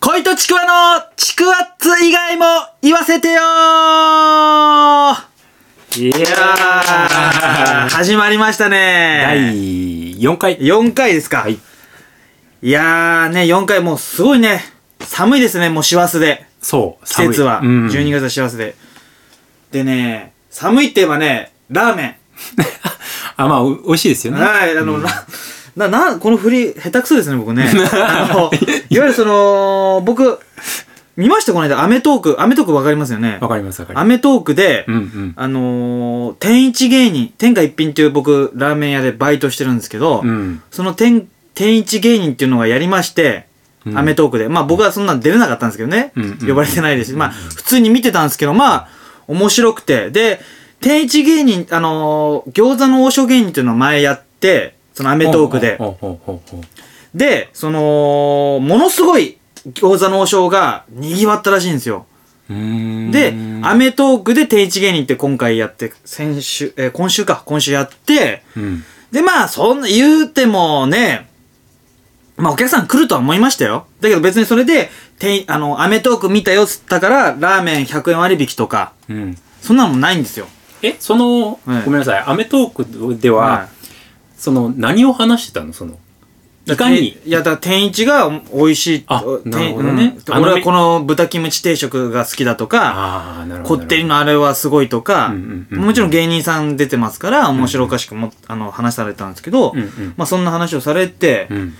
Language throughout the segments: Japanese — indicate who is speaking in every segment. Speaker 1: 恋とちくわのちくわっつ以外も言わせてよいやー、 始まりましたね。
Speaker 2: 第4回。
Speaker 1: 4回ですか。
Speaker 2: はい
Speaker 1: い、やーね、4回もうすごいね、寒いですね、もう師走で。
Speaker 2: そう、
Speaker 1: 季節は。
Speaker 2: うん、
Speaker 1: 12月は師走で。でね、寒いって言えばね、ラーメン。
Speaker 2: あ、まあ、お美味しいですよね。
Speaker 1: はい、あの、な、な、な、この振り、下手くそですね、僕 ね。あの、いわゆるその、僕、見ました、この間、アメトーク。アメトークわかりますよね
Speaker 2: わ。かります、わかり
Speaker 1: ア
Speaker 2: ま
Speaker 1: メトークで、
Speaker 2: す。うんうん。
Speaker 1: あのー天一芸人、天下一品っていう僕、ラーメン屋でバイトしてるんですけど、
Speaker 2: うん。
Speaker 1: その天、天一芸人っていうのがやりまして、
Speaker 2: うん
Speaker 1: アメトークで。まあ僕はそんなん出れなかったんですけどね。
Speaker 2: うんうん
Speaker 1: 呼ばれてないですし。まあ普通に見てたんですけど、まあ面白くて。で、天一芸人、あのー餃子の王将芸人っていうのを前やって、そのアメトークで。
Speaker 2: ほうほうほうほうほ
Speaker 1: で、その、ものすごい餃子の王将が賑わったらしいんですよ。
Speaker 2: ううーん。
Speaker 1: で、アメトークで定位置芸人って今回やって、先週、えー今週か、今週やって、
Speaker 2: うん。
Speaker 1: で、まあ、そんな、言うてもね、まあ、お客さん来るとは思いましたよ。だけど別にそれで、定位あの、アメトーク見たよっつったから、ラーメン100円割引とか、
Speaker 2: うん。
Speaker 1: そんなのもないんですよ。
Speaker 2: え、その、
Speaker 1: はい
Speaker 2: ごめんなさい、アメトークでは、その、何を話してたのその、
Speaker 1: い
Speaker 2: いかに、
Speaker 1: いや、だから天一が美味しい。
Speaker 2: あ
Speaker 1: 天
Speaker 2: なるほどね
Speaker 1: うん
Speaker 2: あの
Speaker 1: 俺はこの豚キムチ定食が好きだとか、
Speaker 2: ああ、なるほ
Speaker 1: こ
Speaker 2: ど。
Speaker 1: ってりのあれはすごいとか、
Speaker 2: うんうんうんうん
Speaker 1: もちろん芸人さん出てますから、面白おかしくも、あの、話されたんですけど、
Speaker 2: うんうん
Speaker 1: まあそんな話をされて、
Speaker 2: うん。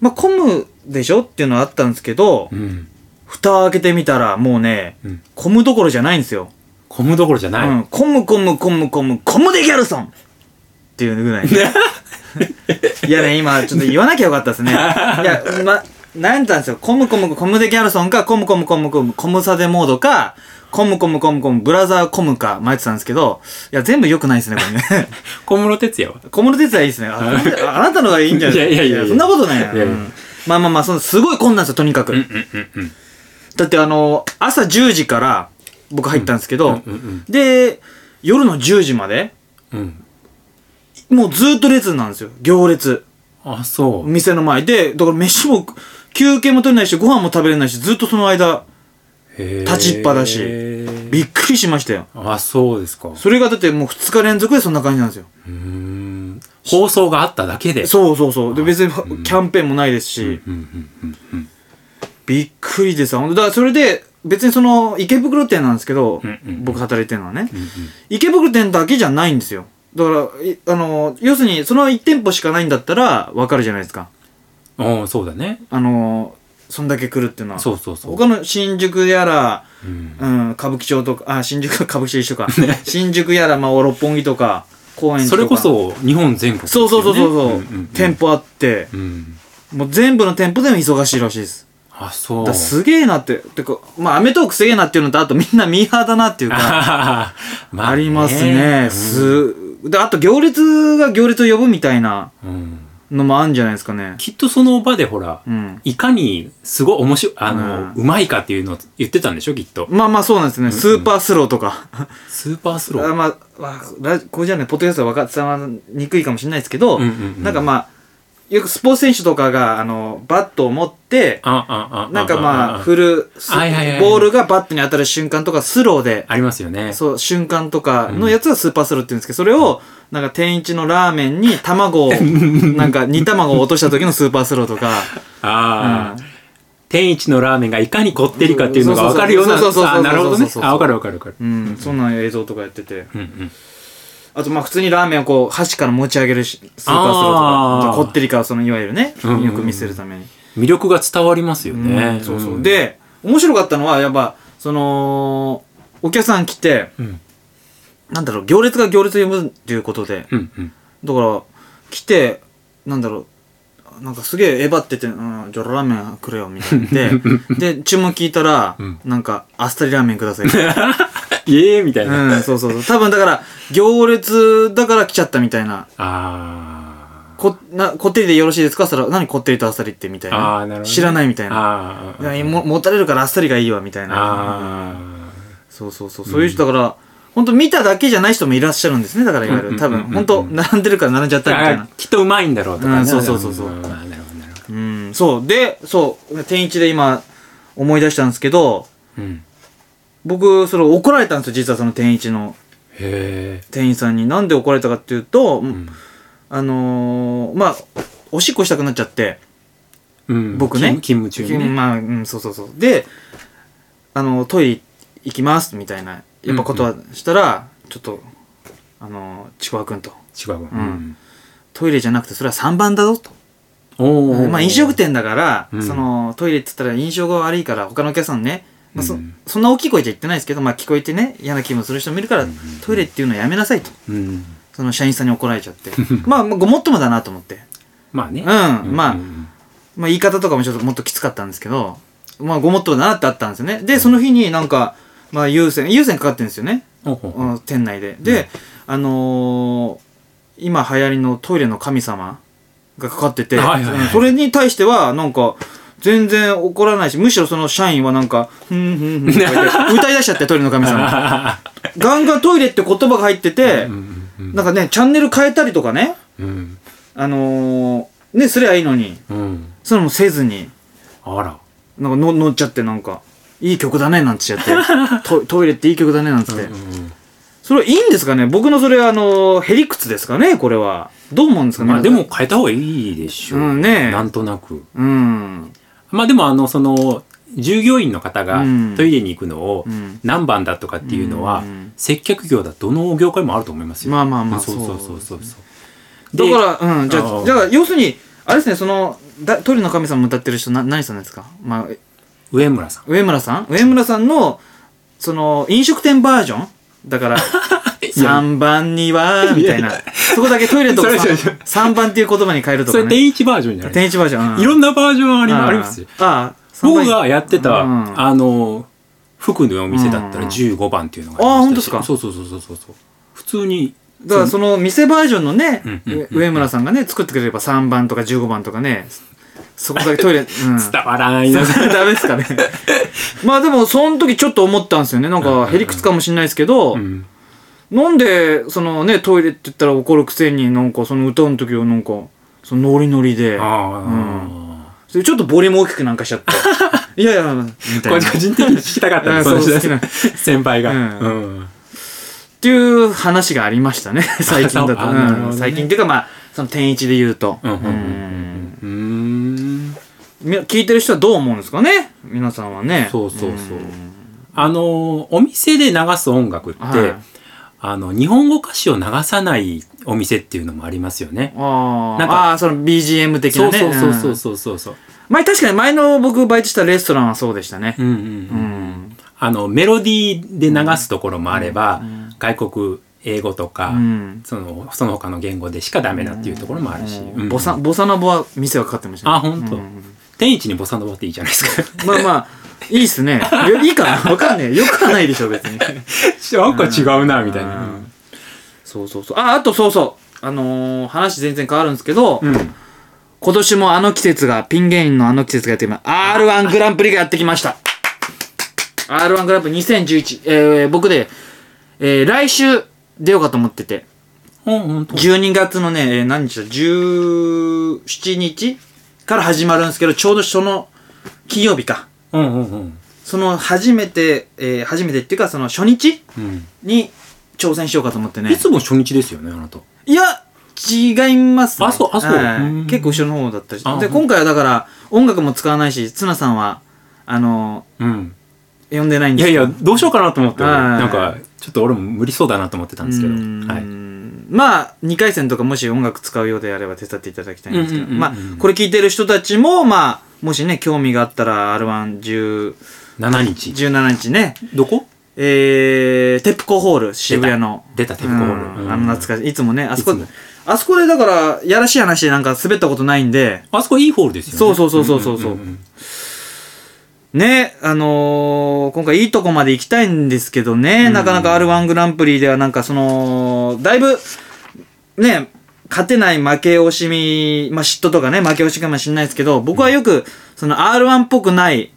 Speaker 1: まあ混むでしょっていうのはあったんですけど、
Speaker 2: うん。
Speaker 1: 蓋を開けてみたらもうね、
Speaker 2: うん。
Speaker 1: 混むどころじゃないんですよ。
Speaker 2: 混むどころじゃない。
Speaker 1: うん。混む混む混む混む、混むでギャルソンっていうぐらい。いやね、今ちょっと言わなきゃよかったですね。 いや、ま、悩んでたんですよ。コムコムコムデギャルソンか、コムコムコムコムコムサデモードか、コムコムコムコムブラザーコムか迷ってたんですけど、いや、全部良くないですね、これ ね。
Speaker 2: 小室哲也は
Speaker 1: 小室哲也いいですね。あ小室哲也あなたのがいいんじゃない
Speaker 2: いやいやいやいや
Speaker 1: そんなことないな。
Speaker 2: いやいや
Speaker 1: うんまあまあまあ、そのすごい困難ですよ、とにかく。
Speaker 2: うんうん。
Speaker 1: だってあの、朝10時から僕入ったんですけど、
Speaker 2: うんうん
Speaker 1: で、夜の10時まで、
Speaker 2: うん。
Speaker 1: もうずっと列なんですよ。行列。
Speaker 2: あ、そう。
Speaker 1: 店の前で、だから飯も、休憩も取れないし、ご飯も食べれないし、ずっとその間、
Speaker 2: 立
Speaker 1: 立ちっぱだしびっくりしましたよ。
Speaker 2: あ、そうですか。
Speaker 1: それがだってもう2日連続でそんな感じなんですよ。
Speaker 2: うーん放送があっただけで。
Speaker 1: そうそうそう。で、別にキャンペーンもないですし、
Speaker 2: うんうんうんうん
Speaker 1: びっくりでさ、ほんとだからそれで、別にその、池袋店なんですけど、
Speaker 2: うんうん
Speaker 1: 僕働いてるのはね、
Speaker 2: うん
Speaker 1: 池袋店だけじゃないんですよ。だから、いあの、要するに、その1店舗しかないんだったら、わかるじゃないですか。
Speaker 2: うん。おーそうだね。
Speaker 1: あの、そんだけ来るっていうのは。
Speaker 2: そうそうそう。
Speaker 1: 他の新宿やら、
Speaker 2: うん
Speaker 1: うん、歌舞伎町とか、あ、新宿、 歌舞伎町一緒か。新宿やら、まあ、六本木とか、公園とか。
Speaker 2: それこ、そ日本全国です
Speaker 1: そ
Speaker 2: よね、
Speaker 1: うそうそうそうそう、
Speaker 2: んんん
Speaker 1: 店。舗あって、
Speaker 2: うん。
Speaker 1: もう全部の店舗でも忙しいらしいです。
Speaker 2: あ、そ
Speaker 1: だ
Speaker 2: う。
Speaker 1: からすげえなって、てか、まあ、アメトークすげえなっていうのと、あとみんなミーハーだなっていう
Speaker 2: あ
Speaker 1: か、
Speaker 2: はは ま
Speaker 1: あります
Speaker 2: う
Speaker 1: ね。
Speaker 2: ん
Speaker 1: す、で、あと行列が行列を呼ぶみたいな
Speaker 2: うん
Speaker 1: のもあるんじゃないですかね。
Speaker 2: きっとその場でほら、
Speaker 1: うん。
Speaker 2: いかにすごい面白い、あの、
Speaker 1: うん
Speaker 2: うまいかっていうのを言ってたんでしょ、きっと。
Speaker 1: まあまあそうなんですね。スーパースローとか。
Speaker 2: スーパースロ
Speaker 1: あ
Speaker 2: ー。
Speaker 1: まあ、わラジこれじゃね、ポッドキャストは分か伝わりにくいかもしれないですけど、
Speaker 2: うんうんうん
Speaker 1: なんかまあ、よくスポーツ選手とかが、あの、バットを持って、
Speaker 2: あ、あ、あ、
Speaker 1: なんかまあ、
Speaker 2: ふ
Speaker 1: 振る、すボ
Speaker 2: はいはいはい
Speaker 1: ールがバットに当たる瞬間とか、スローで、
Speaker 2: ありますよね。
Speaker 1: そう、瞬間とかのやつはスーパースローって言うんですけど、それを、なんか天一のラーメンに卵 を、なんか煮卵を落とした時のスーパースローとか、
Speaker 2: ああ、
Speaker 1: うん
Speaker 2: 天一のラーメンがいかにこってりかっていうのが分かるような。あ
Speaker 1: そうそうそうそうそうそう
Speaker 2: ーなるほどね
Speaker 1: そうそう。そう
Speaker 2: あ、分かる分かる分かる。
Speaker 1: うん、そんな映像とかやってて。
Speaker 2: うんうん。
Speaker 1: あとまあ普通にラーメンをこう、箸から持ち上げるしスーパースローとか、
Speaker 2: あー
Speaker 1: あとこってりか、そのいわゆるね、
Speaker 2: うんうんうん
Speaker 1: よく見せるために。
Speaker 2: 魅力が伝わりますよ
Speaker 1: ね
Speaker 2: ね。
Speaker 1: そうそう、
Speaker 2: ん、
Speaker 1: で面白かったのはやっぱそのお客さん来て
Speaker 2: うん。
Speaker 1: なんだろう行列が行列を呼ぶっていうことで
Speaker 2: うんうん。
Speaker 1: だから来てなんだろうなんかすげええばってて、うん、じゃあラーメンくれよみたいなで で注文聞いたら、
Speaker 2: ん
Speaker 1: なんかあっさりラーメンください
Speaker 2: ええみたいな。
Speaker 1: うんそうそうそう多分だから行列だから来ちゃったみたいな
Speaker 2: あ
Speaker 1: こなこってりでよろしいですかそしたら何こってりとあっさりってみたいな
Speaker 2: あーなるほどね
Speaker 1: 知らないみた
Speaker 2: あ。
Speaker 1: いな
Speaker 2: あ
Speaker 1: い
Speaker 2: あ。
Speaker 1: やももたれるからあっさりがいいわみたいな
Speaker 2: あ
Speaker 1: そうそうそう。そういう人だから、本当見ただけじゃない人もいらっしゃるんですね。だからいわゆ
Speaker 2: うんう
Speaker 1: る。
Speaker 2: ん
Speaker 1: 多分、本当並んでるから並んじゃったみたい
Speaker 2: あ
Speaker 1: な。。
Speaker 2: きっとうまいんだろうとか
Speaker 1: う
Speaker 2: ね。
Speaker 1: んそうそうそうそう
Speaker 2: あーなるほどなるほど。
Speaker 1: うん。うん、そう。で、そう、天一で今、思い出したんですけど、
Speaker 2: うん。
Speaker 1: 僕、それ怒られたんですよ、実はその天一の
Speaker 2: へえ。
Speaker 1: 店員さんに。なんで怒られたかっていうと、
Speaker 2: うん。
Speaker 1: あのー、まあ、おしっこしたくなっちゃって、
Speaker 2: うん
Speaker 1: 僕ね
Speaker 2: 勤勤務中にね。
Speaker 1: まあ、うん、そうそうそう。で、あの、トイレ行きます、みたいな、やっぱことはしたら、ちょっと、あの、ちくわくんと、
Speaker 2: 違うわ。
Speaker 1: うん。トイレじゃなくて、それは3番だぞ、と。
Speaker 2: おー
Speaker 1: まあ、飲食。店だから、
Speaker 2: うん
Speaker 1: その、トイレって言ったら印象が悪いから、他のお客さんね、まあ、そ
Speaker 2: うん
Speaker 1: そんな大きい声じゃ言ってないですけど、まあ、聞こえてね、嫌な気もする人もいるから、
Speaker 2: うん
Speaker 1: トイレっていうのはやめなさいと。
Speaker 2: うん。
Speaker 1: その社員さんに怒られちゃって。 まあ、まあごもっともだなと思って。
Speaker 2: まあね。
Speaker 1: うんまあ
Speaker 2: うん
Speaker 1: まあ、言い方とかもちょっともっときつかったんですけど、まあ、ごもっともだなってあったんですよね。で、その日になんか、まあ、優先、優先かかってるんですよね。
Speaker 2: ほうほう
Speaker 1: うん店内で。で、あのー今流行りのトイレの神様がかかってて、
Speaker 2: はいはいはい
Speaker 1: うんそれに対しては、なんか、全然怒らないし、むしろその社員はなんか、ふんふんふんと か言って歌い出しちゃって、トイレの神様。ガンガントイレって言葉が入ってて
Speaker 2: う、んうん
Speaker 1: なんかね、チャンネル変えたりとかね、
Speaker 2: うん
Speaker 1: あのーね、すりゃいいのに、
Speaker 2: うん。
Speaker 1: それもせずに、
Speaker 2: あら。
Speaker 1: なんかの乗っちゃってなんか、いい曲だねなんつっちゃ って、トトイレっていい曲だねなんつって。
Speaker 2: うん
Speaker 1: それはいいんですかね僕のそれはあの、へりくつですかねこれは。どう思うんですかね
Speaker 2: まあでも、変えた方がいいでしょ
Speaker 1: うんね
Speaker 2: なんとなく。
Speaker 1: うん。
Speaker 2: まあでもあの、その、従業員の方が
Speaker 1: うん
Speaker 2: トイレに行くのを
Speaker 1: うん
Speaker 2: 何番だとかっていうのは
Speaker 1: うん、
Speaker 2: 接客業だどの業界もあると思いますよ。
Speaker 1: まあまあまあ
Speaker 2: そうそう
Speaker 1: そ
Speaker 2: そうう
Speaker 1: です
Speaker 2: そうそう。
Speaker 1: だ
Speaker 2: で
Speaker 1: から、うん、じゃ
Speaker 2: あ
Speaker 1: あ、
Speaker 2: ー
Speaker 1: じゃあ、要するに、あれですね、その、だトイレの神様歌ってる人、な、何さんですかまあ、え
Speaker 2: 上村さん。
Speaker 1: 上村さん上村さんの、その、飲食店バージョンだ から、3番には、みたいな。そこだけトイレとか
Speaker 2: それそれ
Speaker 1: 3番っていう言葉に変えるとか
Speaker 2: それ、
Speaker 1: ね。
Speaker 2: 天一バージョンじゃない
Speaker 1: 天一バージョン。
Speaker 2: いろ
Speaker 1: ん
Speaker 2: んなバージョンありありますよ。
Speaker 1: ああ、三番
Speaker 2: 僕がやってた、
Speaker 1: うん
Speaker 2: あの、服のお店だった
Speaker 1: うん
Speaker 2: ら15番っていうのがりましたし
Speaker 1: あ本当ですか
Speaker 2: そうそうそうそうそう。普通に、
Speaker 1: だからその店バージョンのね、
Speaker 2: うんうんうん
Speaker 1: 上村さんがね作ってくれれば3番とか15番とかねそこだけ トイレ、うん、
Speaker 2: 伝わらないな。
Speaker 1: ダメです かねまあでもその時ちょっと思ったんですよねなんかへりくつかもしれないですけど、
Speaker 2: うん
Speaker 1: なんでそのねトイレって言ったら怒るくせになんかその歌の時はなんかそのノリノリで
Speaker 2: あ
Speaker 1: それちょっとボリューム大きくなんかしちゃって いやいやみ
Speaker 2: あ。
Speaker 1: た
Speaker 2: 個
Speaker 1: いなっ
Speaker 2: 人的に聞きたかった
Speaker 1: うん
Speaker 2: ね、その
Speaker 1: そう好きな
Speaker 2: 先輩が。
Speaker 1: う
Speaker 2: うん
Speaker 1: ていう話がありましたね最近だと、
Speaker 2: あなるほどね
Speaker 1: うん最近っていうかまあその天一で言うと
Speaker 2: うんうんうん
Speaker 1: うん
Speaker 2: うーん。
Speaker 1: み聞いてる人はどう思うんですかね皆さんはね
Speaker 2: そうそうそうんあの、お店で流す音楽って
Speaker 1: はい、
Speaker 2: あの、日本語歌詞を流さないお店っていうのもありますよね。
Speaker 1: あ
Speaker 2: な
Speaker 1: ー
Speaker 2: んか
Speaker 1: あーその BGM 的
Speaker 2: そ
Speaker 1: な
Speaker 2: う
Speaker 1: ね
Speaker 2: そうそうそ
Speaker 1: ん
Speaker 2: うそうそうそう。
Speaker 1: 前確かに前の僕バイトしたレストランはそうでしたね
Speaker 2: うんうん
Speaker 1: う
Speaker 2: うん。
Speaker 1: ん
Speaker 2: あのメロディーで流すところもあれば、
Speaker 1: うん
Speaker 2: 外国英語とか、
Speaker 1: うん
Speaker 2: そのその他の言語でしかダメだっていうところもあるし、うん
Speaker 1: ボサボサノボは店はかかってましたね
Speaker 2: あ本当
Speaker 1: うん
Speaker 2: 天一にボサノバっていいじゃないですか
Speaker 1: まあまあいいっすねよいいかなわかんねえよくはないでしょ別に
Speaker 2: なんか違うなみたい
Speaker 1: うん
Speaker 2: な
Speaker 1: そうそうそうああとそうそうあのー話全然変わるんですけど、
Speaker 2: うん、
Speaker 1: 今年もあの季節が、ピン芸人のあの季節がやってきま R1 グランプリがやってきました。R1 グランプリ2011。えー、僕で、えー、来週出ようかと思ってて。
Speaker 2: ほんほんと
Speaker 1: 12月のね、えー何日だ ?17 日から始まるんですけど、ちょうどその、金曜日か。
Speaker 2: うんうんうん
Speaker 1: その、初めて、えー、初めてっていうか、その、初日
Speaker 2: うん
Speaker 1: に挑戦しようかと思ってね。
Speaker 2: いつも初日ですよねあなた
Speaker 1: いや、違います、ね。
Speaker 2: あそうあそう
Speaker 1: はい
Speaker 2: うん
Speaker 1: 結構後ろの方だったり
Speaker 2: あ
Speaker 1: して。で、
Speaker 2: ほん
Speaker 1: 今回はだから、音楽も使わないし、ツナさんは、あの
Speaker 2: うん
Speaker 1: ー、呼んでないん
Speaker 2: い
Speaker 1: です
Speaker 2: やい
Speaker 1: けど
Speaker 2: やどうしようかなと思って
Speaker 1: はい
Speaker 2: なんかちょっと俺も無理そうだなと思ってたんですけど
Speaker 1: う
Speaker 2: は
Speaker 1: ーん
Speaker 2: い
Speaker 1: まあ、2回戦とかもし音楽使うようであれば手伝っていただきたいんですけど、
Speaker 2: うんうんうんうん
Speaker 1: まあ、これ聞いてる人たちも、まあ、もしね、興味があったら、R117
Speaker 2: 7日
Speaker 1: 日ね、
Speaker 2: どこ
Speaker 1: えー、テップコホール、渋谷の。
Speaker 2: 出たテープコール
Speaker 1: うんあの懐かしい。いつもね、あそこ
Speaker 2: いつも、
Speaker 1: あそこでだから、やらしい話でなんか滑ったことないんで、
Speaker 2: あそこいいホールですよね
Speaker 1: そうそうそうそうそうそうん
Speaker 2: んん
Speaker 1: ね、あのー今回いいとこまで行きたいんですけどね、
Speaker 2: うん
Speaker 1: なかなか R1 グランプリではなんかその、だいぶ、ね、勝てない負け惜しみ、まあ、嫉妬とかね、負け惜しみかもしれないですけど、僕はよく、その R1 っぽくない、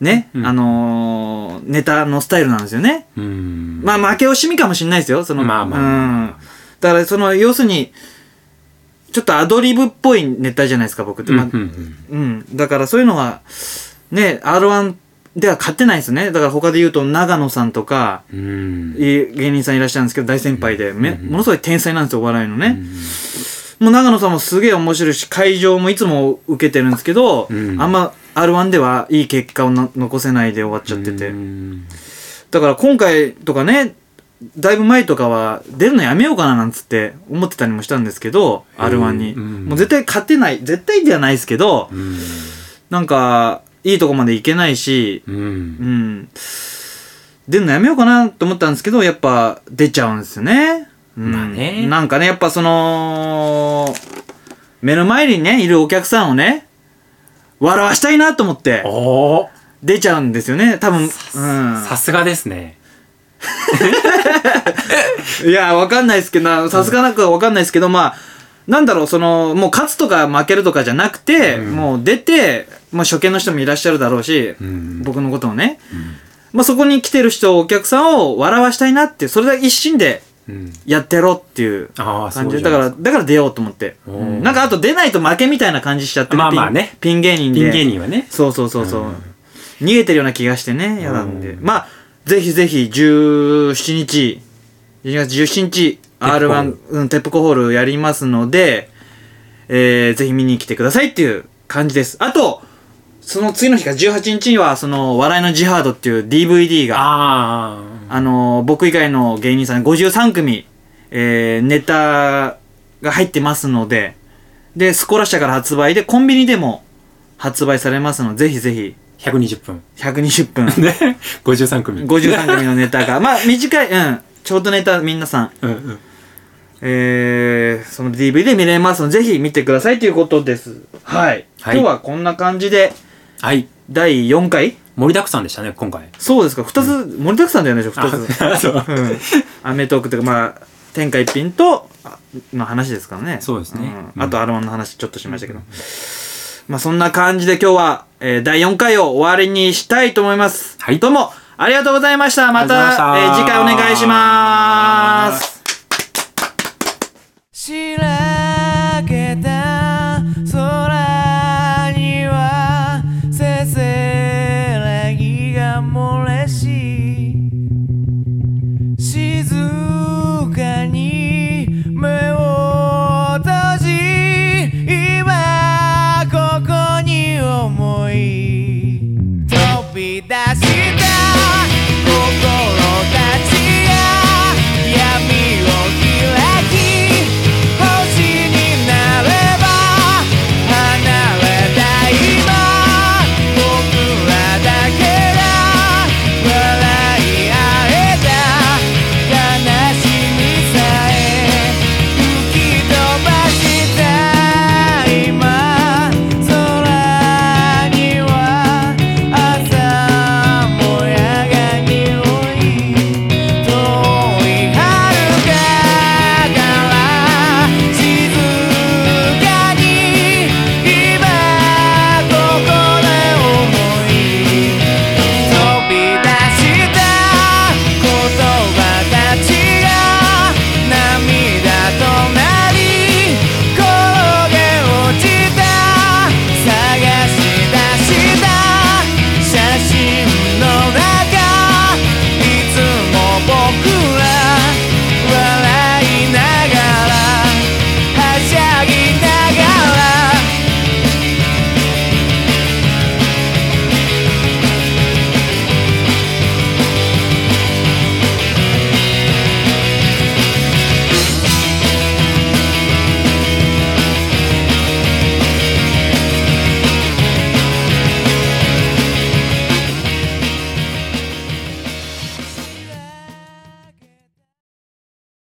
Speaker 1: ね、
Speaker 2: うん
Speaker 1: あのーネタのスタイルなんですよね。
Speaker 2: うん
Speaker 1: まあ負け惜しみかもしれないですよ、その、
Speaker 2: まあまあ
Speaker 1: うん。だからその、要するに、ちょっとアドリブっぽいネタじゃないですか、僕って。
Speaker 2: うん
Speaker 1: まあ
Speaker 2: うんうん
Speaker 1: うん、だからそういうのが、ね、R1 では勝てないですね。だから他で言うと、長野さんとか、
Speaker 2: うん
Speaker 1: いい芸人さんいらっしゃるんですけど、大先輩で、め、ものすごい天才なんですよ、お笑いの
Speaker 2: う
Speaker 1: ね。
Speaker 2: ん
Speaker 1: もう長野さんもすげえ面白いし、会場もいつも受けてるんですけど、
Speaker 2: うん
Speaker 1: あんま R1 ではいい結果をな残せないで終わっちゃってて。
Speaker 2: うん
Speaker 1: だから今回とかね、だいぶ前とかは出るのやめようかななんつって思ってたりもしたんですけど、
Speaker 2: ん
Speaker 1: R1 に。
Speaker 2: うん
Speaker 1: もう絶対勝てない、絶対ではないですけど、
Speaker 2: うん
Speaker 1: なんか、いいとこまでいけないし、
Speaker 2: う
Speaker 1: うんん。出るのやめようかなと思ったんですけど、やっぱ出ちゃうんですよね。うん、
Speaker 2: まあね
Speaker 1: なんかね、やっぱその、目の前にね、いるお客さんをね、笑わしたいなと思って、
Speaker 2: おー
Speaker 1: 出ちゃうんですよね、多分。うん。
Speaker 2: さすがですね
Speaker 1: いや、わかんないですけどな、さすがなんかわかんないですけど、まあ、なんだろう、その、もう勝つとか負けるとかじゃなくて、
Speaker 2: うん
Speaker 1: もう出て、まあ初見の人もいらっしゃるだろうし、
Speaker 2: うん
Speaker 1: 僕のことをね。まあそこに来てる人、お客さんを笑わしたいなって、それだけ一心で
Speaker 2: うん
Speaker 1: やってやろうっていう
Speaker 2: ああ
Speaker 1: 感じで、だから、だから出ようと思って。
Speaker 2: おー
Speaker 1: うんなんかあと出ないと負けみたいな感じしちゃって
Speaker 2: まあまあね
Speaker 1: ピンピン芸人で。
Speaker 2: ピン芸人はね
Speaker 1: そうそうそうそう、
Speaker 2: うん
Speaker 1: 逃げてるような気がしてね嫌なんで、
Speaker 2: うん
Speaker 1: まあぜひぜひ17日12月17日
Speaker 2: ップホール
Speaker 1: r 1うんテップコホールやりますので、えー、ぜひ見に来てくださいっていう感じですあとその次の日か18日にはその「笑いのジハード」っていう DVD が
Speaker 2: ああ
Speaker 1: あの僕以外の芸人さん53組、えーネタが入ってますので、で、スコラ社から発売で、コンビニでも発売されますので、ぜひぜひ、
Speaker 2: 120分
Speaker 1: 120分、
Speaker 2: ね53組
Speaker 1: 53組のネタが、まあ、短い、うん、ちょうどネタ、皆さん、
Speaker 2: うんうん
Speaker 1: えー、その DV で見れますので、ぜひ見てくださいということです。はい。今
Speaker 2: はい
Speaker 1: 日はこんな感じで、
Speaker 2: はい
Speaker 1: 第4回
Speaker 2: 盛りだくさんでしたね今回
Speaker 1: そうですか、2つ、盛りだくさんじゃないでしょ、2つ。
Speaker 2: あそう
Speaker 1: うんアメトークというかまあ天下一品とあの話ですからね
Speaker 2: そうですね
Speaker 1: んあとアロマの話ちょっとしましたけど、まあそんな感じで今日は、えー第4回を終わりにしたいと思います
Speaker 2: はい
Speaker 1: どうもありがとうございましたまた
Speaker 2: ありがとうござい
Speaker 1: えー
Speaker 2: ました
Speaker 1: 次回お願いします
Speaker 3: しらけた空にはせせらぎが漏れし静かに目を閉じ今ここに思い飛び出